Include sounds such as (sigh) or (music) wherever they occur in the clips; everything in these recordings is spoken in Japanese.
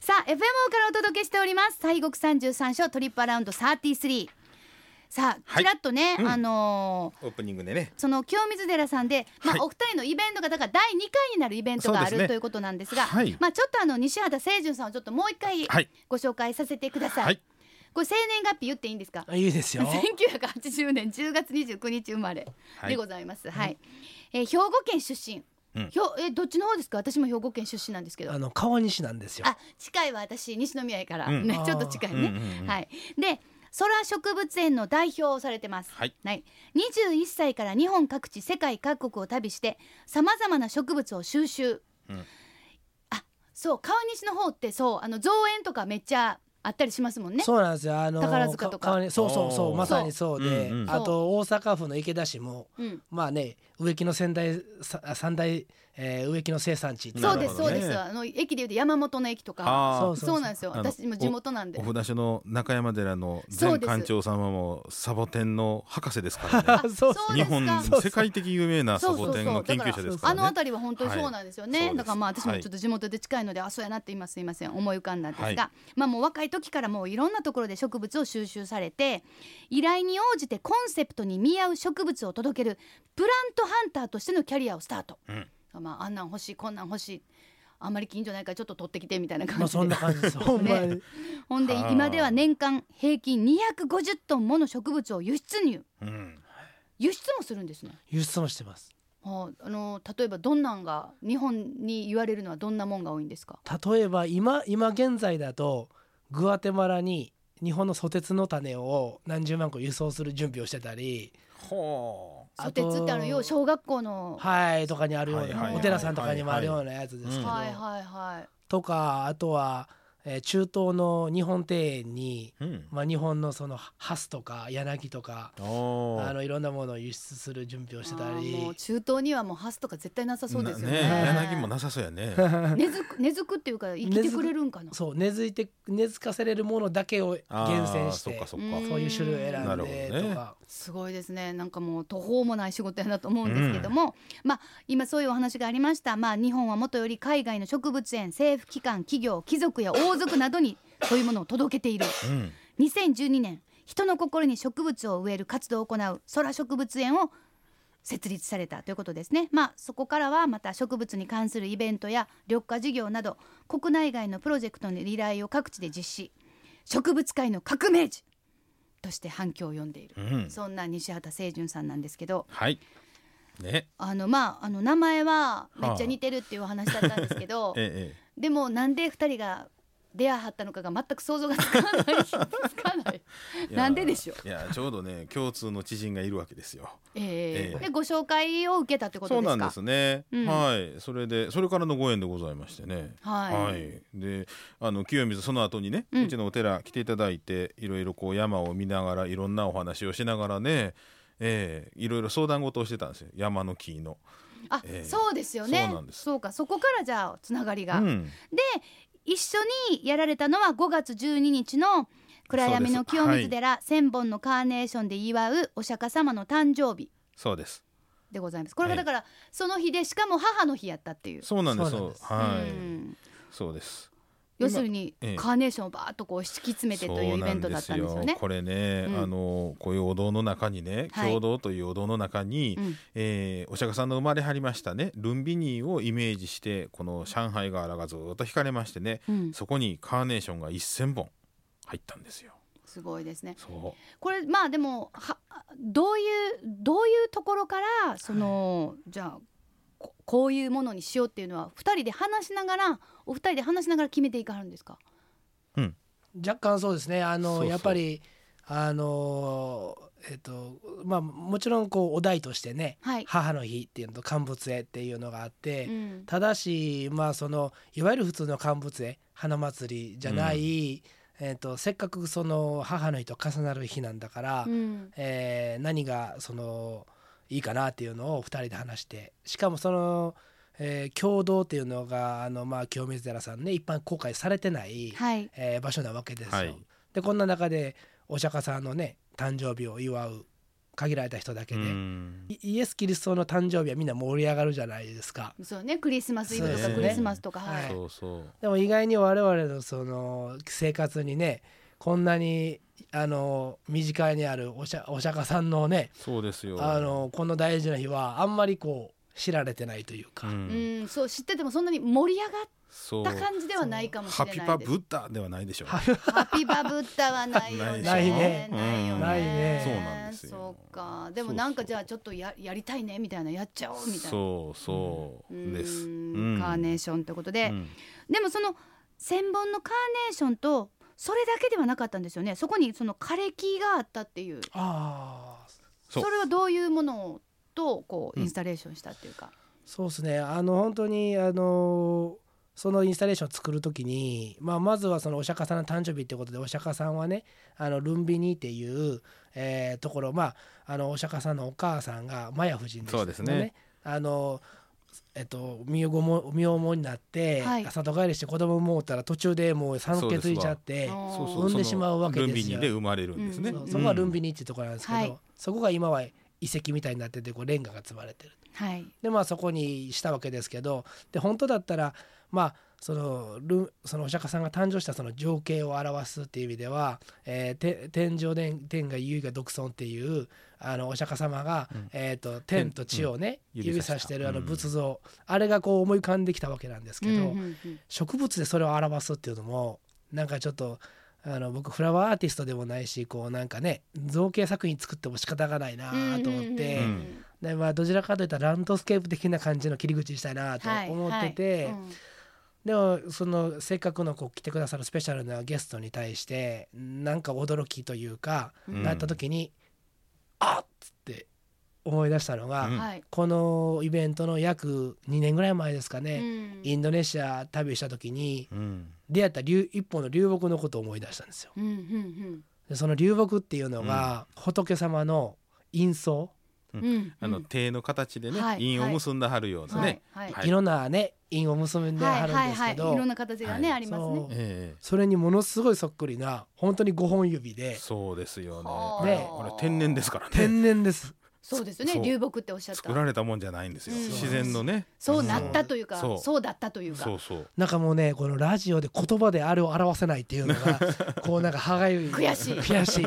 さあ FMO からお届けしております西国三十三所トリップアラウンド33さあはちいらっとね、うんあのーオープニングでねその清水寺さんで、まあはいお二人のイベントがだから第二回になるイベントがあそうでる、すねということなんですが、はいまあちょっとあの西畑清純さんをちょっともう一回はいご紹介させてください、はいこれ生年月日言っていいんですかあい (laughs) いですよ。 1980年10月29日生まれはいでございます。はい。えー兵庫県出身。うんひょえどっちの方ですか。私も兵庫県出身なんですけど。ああの川西なんですよ。近いは私西宮やから、うんねあーちょっと近いうんね。うんうんはい。で空植物園の代表をされてます。はいはい。21歳から日本各地世界各国を旅してさまざまな植物を収集。うんあそう川西の方ってそうあの造園とかめっちゃあったりしますもんね。そうなんですよ。あの宝塚とか川西そうそうそおうーまさにそうで、そううんうんあと大阪府の池田市も。うん。まあね植木の仙台さ三大、えー、植木の生産地っていそうなるでほす、どそうねです。あの駅でいうと山本の駅とか。あそうそうなんですよ。あの私も地元なんでお。札所の中山寺のそう前です館長様もサボテンの博士ですからねあそそうう日ですか本世界的有名なサボテンの研究者ですかあらのね辺りは本当にそうなんですよはいね。そうですだからまあ私もちょっと地元で近いので、あそうやなって今すいません思い浮かんだんですが、はいまあもう若い時からもういろんなところで植物を収集されて、依頼に応じてコンセプトに見合う植物を届けるプラントハンターとしてのキャリアをスタート。まああんなん欲しいこんなん欲しい。あんまり近所ないからちょっと取ってきてみたいな感じで、まあそんな感 (laughs) じです。ほんまに。ほんではあ今では年間平均250トンもの植物を輸出入うん輸出もするんですね輸出もしてます。はあ、あの例えばどんなんが日本に言われるのはどんなもんが多いんですか。例えば今今現在だとグアテマラに日本のソテツの種を何十万個輸送する準備をしてたり、ほうソあテとツってあの要は小学校の。はいとかにあるようはいはいはいなお寺さんとかにもあるようなやつですけど、はいはいはい。とかあとは、えー中東の日本庭園に、うんまあ、日本のそのハスとか柳とかおーあのいろんなものを輸出する準備をしてたあーもうり中東にはもうハスとか絶対なさそうですよね。な柳もなさそうやね根付く (laughs) 根付くっていうか生きてくれるんかな。そう根付いて根付かせれるものだけをあー厳選しそってかそっうんかそういう種類を選なんるほどでねとか。すごいですね。なんかもう途方もない仕事やなと思うんですけども、まあ今そういうお話がありました。まあ日本はもとより海外の植物園、政府機関、企業、貴族や王族などにそういうものを届けている。うん2012年人の心に植物を植える活動を行う空植物園を設立されたということですねまあそこからはまた植物に関するイベントや緑化事業など国内外のプロジェクトの依頼を各地で実施植物界の革命児として反響を呼んでいる、うんそんな西畑清純さんなんですけどはいねあのまああの名前はめっちゃ似てるっていうお話だったんですけど、 (laughs) ええでもなんで二人が出会はったのかが全く想像がつかない (laughs) つかないええなんででしょういやちょうどね共通の知人がいるわけですよええええでご紹介を受けたってことそうですかなんですね、うんはいそれでそれからのご縁でございましてねはいであの清水その後にね、ううんちのお寺来ていただいていろいろこう山を見ながらいろんなお話をしながらねええいろいろ相談事をしてたんですよ山の木の。あ、ええそうですよねそうなんですかそこからじゃあつながりが、うん一緒にやられたのは5月12日の暗闇の清水寺、千本のカーネーションで祝うお釈迦様の誕生日そうですでございますこれがえだえからその日でしかも母の日やったっていうそうなんですそうなんですそうはういんそうです要するにええカーネーションをバーッとこう敷き詰めてというイベントだったんですよそうなんね。これね、うんあのこういうお堂の中にねはい共同というお堂の中に、うんえーお釈迦さんの生まれはりましたねルンビニーをイメージしてこの上海瓦がずっと引かれましてね、うんそこにカーネーションが1,000本入ったんですよ。すごいですね。そこれまあでもはどういうどういうところからその、じゃあここういうものにしようっていうのは二人で話しながらお二人で話しながら決めていかはるんですかう、うん、若干そうですねあのそうそうやっぱりあのえっとまあもちろんこうお題としてね、はい母の日っていうのと乾物絵っていうのがあって、うんただしまあそのいわゆる普通の乾物絵花祭りじゃない、えっとせっかくその母の日と重なる日なんだから、うんえー何がそのいいかなっていうのを2人で話してしかもその、えー共同っていうのがあの、まあ、清水寺さんね一般公開されてない、はいえー場所なわけですよ。はいでこんな中でお釈迦さんのね誕生日を祝う限られた人だけうで、んイイエス・キリストの誕生日はみんな盛り上がるじゃないですかそうねクリスマスイブとそうですかねクリスマスとか、はいはいそうそうでも意外に我々のその生活にねこんなにあの身近にあるお釈お釈迦さんのねそうですよあのこの大事な日はあんまりこう知られてないというか、うんうん、そう知っててもそんなに盛り上がっそうた感じではないかもしハれないピパでブす。ッダではないでしょうはハピバブッダはないよね。ないでし (laughs) ょないよね。ないねそうなんですよそうか。でもなんかじゃあちょっとややりたいねみたいなやっちゃおうみたいな。そうそうですうんうんカーネーションということで、うんでもその千本のカーネーションとそれだけではなかったんですよねそこにその枯れ木があったっていうああそそうれはどういうものとこううんインスタレーションしたっていうか、そうですねあの本当にあのそのインスタレーションを作る時に、まあ、まずはそのお釈迦さんの誕生日ってことでお釈迦さんはねあのルンビニっていう、えーところ、まあ、あのお釈迦さんのお母さんがマヤ夫人でしたそうですねあのえっと、身ごも身重になって、はい里帰りして子供を持ったら途中でもう産気づいちゃってそうですわそうそう産んでしまうわけですよルンビニで生まれるんですねうんそうそこがルンビビニっていうところなんですけど、はいそこが今は遺跡みたいになっててこうレンガが積まれてる。はいでまあそこにしたわけですけどで本当だったらまあそのルそのお釈迦さんが誕生したその情景を表すっていう意味では「えーて天上天天が唯が独尊」っていうあのお釈迦様が、うんえー、と天と地をね、うん指指ささししてたるあのうん仏像、あれがこう思い浮かんできたわけなんですけど、うんうんうん植物でそれを表すっていうのもなんかちょっとあの僕フラワーアーティストでもないしこうなんかね造形作品作っても仕方がないなと思っうて。んうんうんでまあどちらかというとランドスケープ的な感じの切り口にしたいなとはい思ってて、はいうんでもそのせっかくのこう来てくださるスペシャルなゲストに対してなんか驚きというか、うんなった時に「あっ!」って思い出したのが、うんはいこのイベントの約2年ぐらい前ですかうね、んインドネシア旅した時にうん出会った流一本の流木のことを思い出したんですよ。うんうんでその流木っていうのが仏様の印相、うんうんあの手の形でねはい韻を結んだはるようなねはいはいいろんなね印を結んではあいるんはいですはいけいど、ろんな形がねはあいりますそねうええそれにものすごいそっくりな本当に5本指でそうですよねはこあれこれ天然ですからね天然ですそうですよねそう流木っておっしゃっ作たられたもんじゃないんですようん自然のねそうなったというかそうそうだったというかそうそうなんかもうねこのラジオで言葉であれを表せないっていうのがこうなんか歯がゆい悔しい悔しい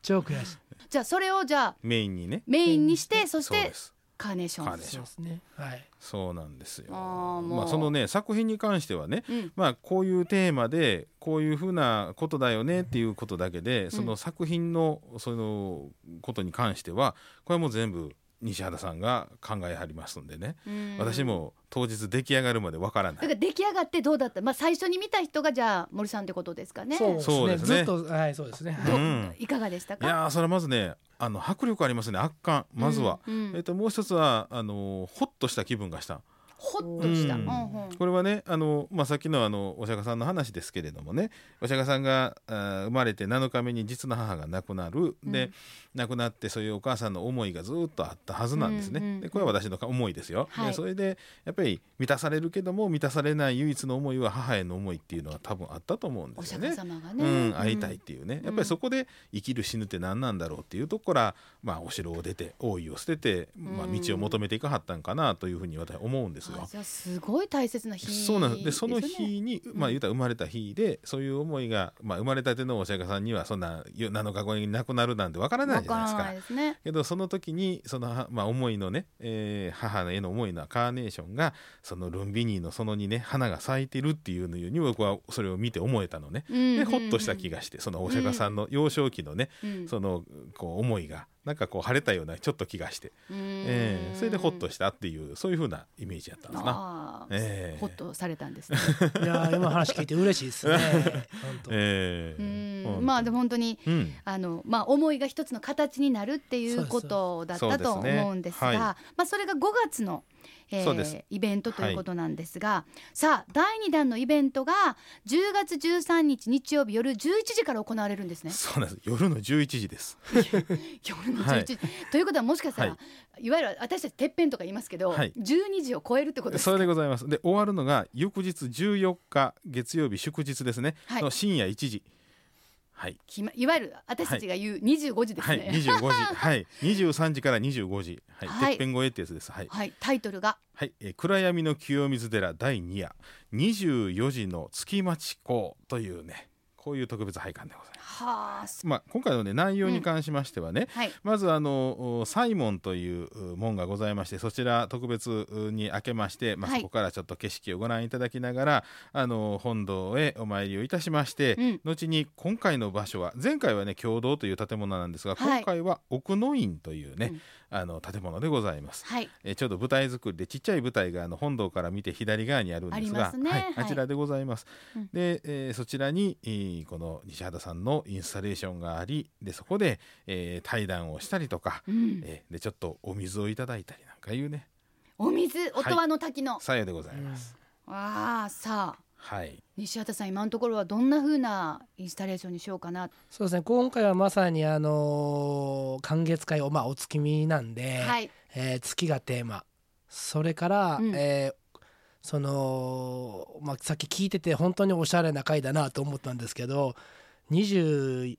超悔しいじゃあそれをじゃあメインにねメインにしてそしそうてですカーネーションカーネーショそンうですねはいそうなんですよあーもうまあそのね作品に関してはねうんまあ、こういうテーマでこういうふうなことだよねっていうことだけでその作品のそのことに関してはこれはもう全部西原さんが考えはりますんでね、うん私も当日出来上がるまでわからなだかい。ら出来上がってどうだったまあ最初に見た人がじゃあ森さんってことですかねそうですそうねですねずっとはいそうですねはいどどうんいかがでしたいかやーそれはまずねあの迫力ありますね圧巻まずは、うんうんえっともう一つはあのホッとした気分がしたほっとしたううんんうんこれはねあの、まあ、さっきのあのお釈迦さんの話ですけれどもねお釈迦さんがあー生まれて7日目に実の母が亡くなるで、うん亡くなってそういうお母さんの思いがずっとあったはずなんですね。うんうんうんでこれは私の思いですよ。はいでそれでやっぱり満たされるけども満たされない唯一の思いは母への思いっていうのは多分あったと思うんでおすよ釈ね迦。様がうねん、会いたいっていうね、んやっぱりそこで生きる死ぬって何なんだろうっていうところから、まあ、お城を出て王位を捨てて、まあ、うん道を求めていかはったんかなというふうに私は思うんですよ。あじゃあすごい大切な日そうなんですでそのですよね日に、まあ、言うたら生まれた日でそういう思いが、まあ、生まれたてのお釈迦さんにはそんな7日後に亡くなるなんてわからないわじゃかないですらか。ないですねけどその時にその、はまあ、思いのね、えー母への思いのカーネーションがそのルンビニーのそのにね花が咲いてるっていうのに僕はそれを見て思えたのね。ででほっとした気がしてそのお釈迦さんの幼少期のね、そのこう思いがなんかこう晴れたようなちょっと気がして、えーそれでほっとしたっていうそういうふうなイメージやったんですな。あーえーほっとされたんです (laughs) ねいやー今の話聞いて嬉しいですね本当えうえんまあでも本当にうん、あのまあ、思いが一つの形になるっていそううですことだったとそうですね思うんですがはいまあ、それが5月の、えーそうですイベントということなんですが、さあ第2弾のイベントが10月13日日曜日夜11時から行われるんですね。そうなんです夜の11時です。夜の11時、ということはもしかしたら、、はいわゆる私たちてっぺんとか言いますけど、はい12時を超えるってことですかそれでございます。で終わるのが翌日14日月曜日祝日ですね、はいの深夜1時。はい、きまいわゆる私たちが言う25時ですはい、ね。 25時、はい、23時から25時、はい、はいてっぺん越えってやつです。はい、はい、タイトルがはい、えー暗闇の清水寺第2夜、24時の月町港というね、こういう特別拝観でございます。はあ、すまあ、今回のね、内容に関しましてはね、はい、まずあのおサイモンというう門がございましてそちら特別うに開けまして、まあ、はいそこからちょっと景色をご覧いただきながら、あの本堂へお参りをいたしまして、うん後に今回の場所は前回はね共同という建物なんですが、はい今回は奥の院というね、うんあの建物でございます。はい、えーちょうど舞台作りでちっちゃい舞台があの本堂から見て左側にあるんですありがますねはいはいあちらでございます。うんで、えーそちらに、えーこの西畑さんのインスタレーションがありでそこで、えー対談をしたりとか、うん、えーでちょっとお水をいただいたりなんかいうねお水、音羽の滝の、さやでございます。ああ、さあ、はい、西畑さん、今のところはどんな風なインスタレーションにしようかな。そうですね今回はまさにあのー寒月会をまあお月見なんで、はい、えー月がテーマそれから、うん。えーその、まあ、さっき聞いてて本当におしゃれな会だなと思ったんですけど23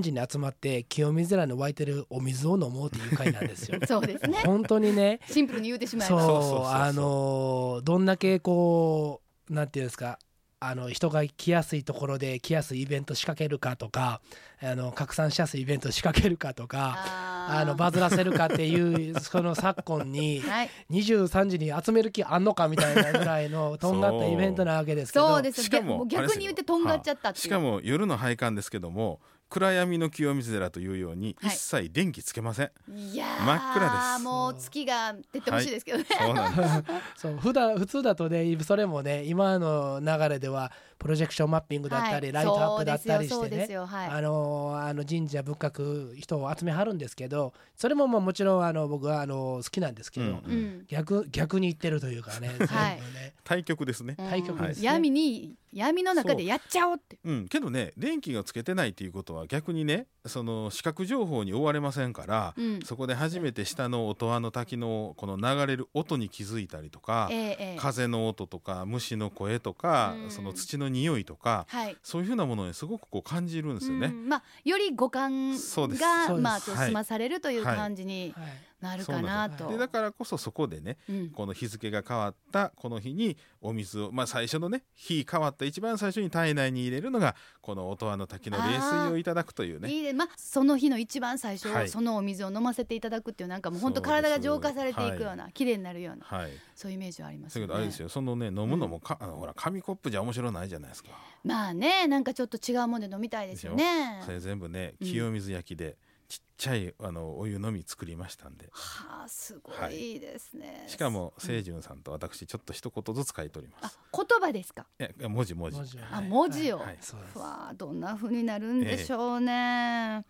時に集まって清水寺に湧いてるお水を飲もうっていう会なんですよ (laughs) そうです (laughs) ね。本当にねシンプルに言うてしまえそううば。そうそうそうあのーどんだけこうなんていうんですかあの人が来やすいところで来やすいイベント仕掛けるかとかあの拡散しやすいイベント仕掛けるかとかあーあのバズらせるかっていうその昨今にはい、 23時に集める気あんのかみたいなぐらいのとんがったイベントなわけですけどそうです。しかげももうあれです逆よに言ってとんがっちゃったっていう。しかも夜の拝観ですけども暗闇の清水寺というように、はい一切電気つけま (laughs) せん。いやー真っ暗ですもう月が出てほしいですけどね。そうなんです。そう普段普通だとねそれもね今の流れではプロジェクションマッピングだったり、ライトアップだったりしそうてでねすよ、そうですよはい。あのあの神社仏閣人を集めはるんですけどそれもまあもちろんあの僕はあの好きなんですけど、うんうん。逆逆に言ってるというかね、はい全部ね対局ですね。対局ですね闇に闇の中でやっちゃおうって。うん、けどね電気がつけてないっていうことは逆にねその視覚情報に追われませんから、うん。そこで初めて下の音羽の滝のこの流れる音に気づいたりとかえ、えええ。風の音とか虫の声とか、うんその土の匂いとかはい。そういうふうなものにすごくこう感じるんですようね。んまあより五感そうですがそうですまあちょっとはい済まされるというはい感じにはいなるそうかななんですと。でだからこそそこでねうんこの日付が変わったこの日にお水を、まあ、最初のね日変わった一番最初に体内に入れるのがこの音羽の滝の冷水をいただくというね。いいねまあ、その日の一番最初、はいそのお水を飲ませていただくっていうなんかもう本当そうです体が浄化されていくような綺麗になるようなはいそういうイメージはありまだすけよどあれねです。よそのね飲むのもか、あのほら紙コップじゃ面白ないじゃないですか、まあねなんかちょっと違うもんで飲みたいですよね。それ全部ねうん清水焼きでちっちゃいあのお湯のみ作りましたんで、はあすごはいですね。しかも清純さんと私ちょっと一言ずつ書いておりまあす、言葉ですか。いやいや文字文字文字をはいあ文字を。はいわそうですあどんな風になるんでしょうね。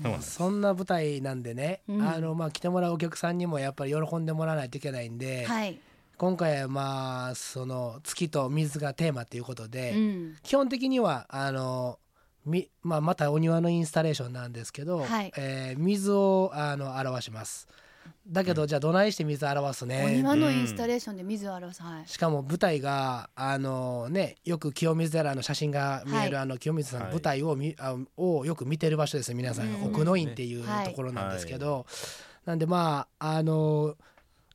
そうなんですそんな舞台なんでね、うんあのまあ、来てもらうお客さんにもやっぱり喜んでもらわないといけないんで、はい。今回はまあその月と水がテーマということで、うん。基本的にはあのみ、まあ、またお庭のインスタレーションなんですけど、はいえー水をあの表しますだけど、じゃあどないして水表すおね庭のインスタレーションで水を表す。はい。しかも舞台があのねよく清水寺の写真が見える、はあの清水さんの舞台を見、あをよく見てる場所ですね皆さんが、うん奥の院っていうはいところなんですけど、なんでまああの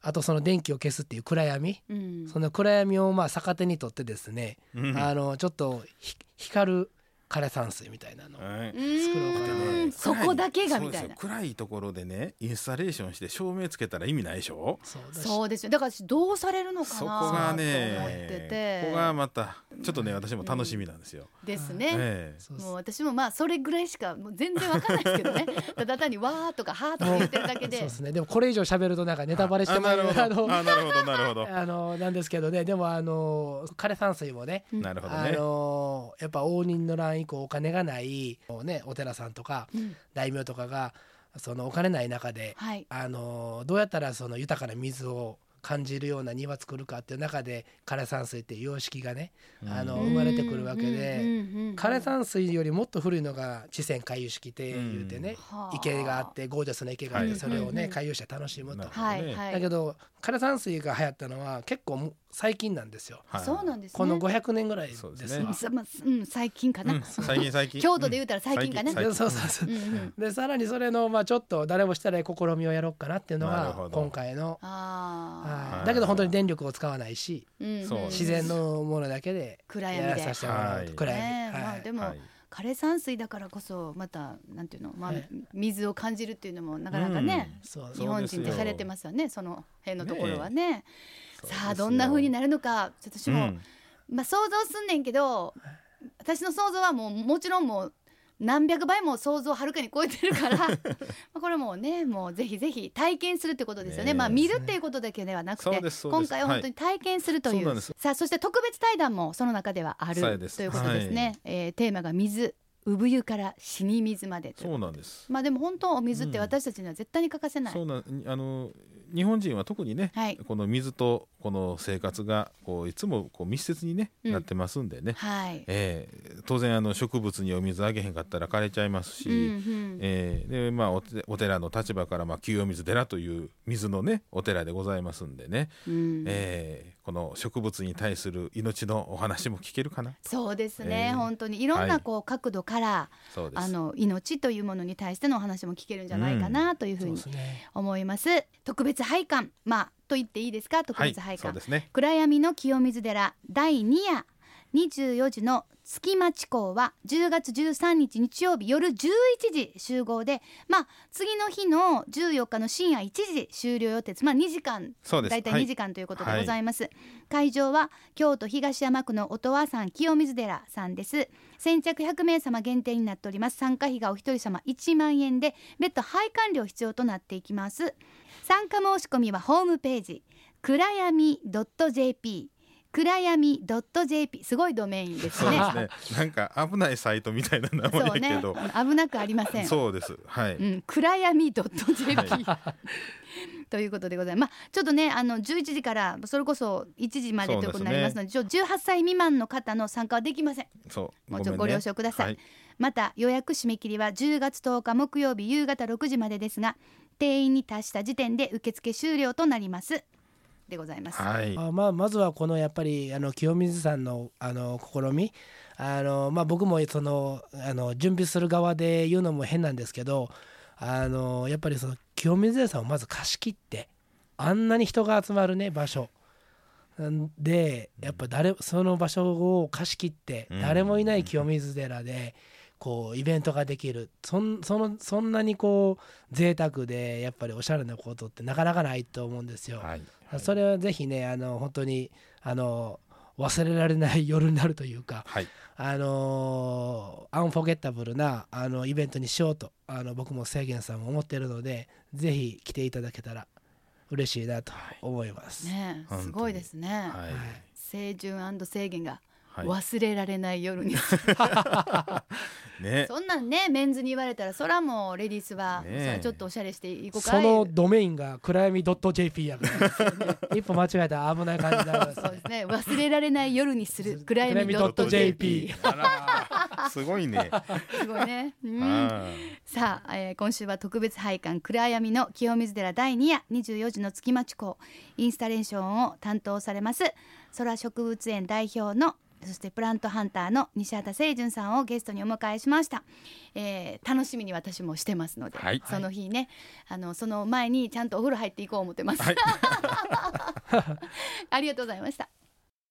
あとその電気を消すっていう暗闇うん。その暗闇をまあ逆手にとってですね、うんあのちょっとひ光る枯山水みたいなの、はいう作ろうかなーんそ暗こだけがそうみでたすいよな。暗いところでねインスタレーションして照明つけたら意味ないでしょそうだしそうですよ。だから私どうされるのかそこなと思がってねて。ここがまたちょっとね私も楽しみなんですよ、ですえね。えそうもう私もまあそれぐらいしかもう全然わかんないですけ (laughs) どね。ただ単にわーとかはーとか言ってるだけそうでで。すねでもこれ以上喋るとなんかネタバレしてあもらなえるるほあどのあなるほどなるほどあのなんですけどねでもあの枯山水もねなるほどあねのやっぱ応仁の乱以降お金がない、ね、お寺さんとかうん大名とかがそのお金ない中ではい。あのどうやったらその豊かな水を感じるような庭作るかっていう中で枯山水っていう様式がねあのうん生まれてくるわけうんでうんうんうん枯山水よりもっと古いのが地泉回遊式っていうてねはあ池があってゴージャスな池があっはていそれうをんうんうねん回遊して楽しむとなるほどはいねはい。だけど枯山水が流行ったのは結構もう最近なんですよ。はいそうなんですねこの500年ぐらいですそわ。うでですねさまうん最近かな、うん最近最近京都で言うたら最近かな最近そうそうそうう。ん (laughs) うんでさらにそれのまあちょっと誰もしたら試みをやろうかなっていうのなるがほど今回の。あははいい、だけど本当に電力を使わないしーうんうんそうです自然のものだけで暗やら闇でさせてもらうはいと暗闇ねえまはあ、いでも、はい枯山水だからこそまたなんていうの、まあはい水を感じるっていうのもなかなかね、そううん日本人ってそうですよされてますよねその辺のところはねそうですさあよどんな風になるのかちょっと私も、うんまあ想像すんねんけど私の想像はもうもちろんもう何百倍も想像をはるかに超えてるから (laughs) まあこれもうねもうぜひぜひ体験するってことですよねねえまあ見るっていうことだけではなくそうてですそうで今す回は本当に体験するとはいい,、そううなんですさあそして特別対談もその中ではあるそといううですことですね、はいえーテーマが水産湯から死に水までというそうなんですまあでも本当お水って私たちには絶対に欠かせない、そうなんあの日本人は特にね、はいこの水とこの生活がこういつもこう密接に、ねうんなってますんでね、はい、えー当然あの植物にお水あげへんかったら枯れちゃいますし、うんうんえーでまあ、おてお寺の立場から、まあ、清水寺という水の、ね、お寺でございますんでね、うんえーこの植物に対する命のお話も聞けるかなそうですね、えー本当にいろんはないこう角度から、そうですあの命というものに対してのお話も聞けるんじゃないかなというふうそうでにすね。思います、特別拝観まあと言っていいですか特別は拝い、そ観、うですね暗闇の清水寺第2夜24時の月町港は10月13日日曜日夜11時集合でまあ次の日の14日の深夜1時終了予定ですまあ2時間そうです大体はい2時間ということでございます、会場は京都東山区の音羽山清水寺さんです先着100名様限定になっております参加費がお一人様1万円で別途配管料必要となっていきます参加申し込みはホームページ暗闇 .jp 暗闇 .jp すごいドメインですそうねで。すねなんか危ないサイトみたいな (laughs) 名前そうやけねど、、危なくありません。そうですはい、うん、暗闇ドット JP、は (laughs) ということでございます。まあちょっとね、あの11時からそれこそ1時までということになりますので、ちょ18歳未満の方の参加はできません。そうもうちょっとめんねご了承くださいはいまた予約締め切りは10月10日木曜日夕方6時までですが、定員に達した時点で受付終了となります。でございます。はいあまあ、まずはこのやっぱりあの清水さんのあの試みあの、まあ、僕もそのあの準備する側で言うのも変なんですけどあのやっぱりその清水屋さんをまず貸し切ってあんなに人が集まるね場所うんでやっぱ誰その場所を貸し切ってうん誰もいない清水寺でこうイベントができるそんそのそんなにこう贅沢でやっぱりおしゃれなことってなかなかないと思うんですよ。はいそれはぜひねあの本当にあの忘れられない夜になるというか、はいあのアンフォゲッタブルなあのイベントにしようとあの僕も制限さんも思ってるのでぜひ来ていただけたら嬉しいなと思います。ねえ、本当にすごいですね。はい清純制限がはい忘れられない夜にね (laughs) そんなんねメンズに言われたらそらもうレディースは、ねえそらちょっとおしゃれしていこうかそのドメインが暗闇 .jp やから (laughs) 一歩間違えたら危ない感じになりまそすうねですね忘れられない夜にする暗闇ドット .jp JP あらすごいね。すごいね、 (laughs) うんあさあ、えー今週は特別拝観暗闇の清水寺第2夜24時の月町港インスタレーションを担当されます空植物園代表のそしてプラントハンターの西畑清純さんをゲストにお迎えしました、えー楽しみに私もしてますので、はいその日ねあのその前にちゃんとお風呂入っていこう思ってます、ーはい。 (laughs) ありがとうございました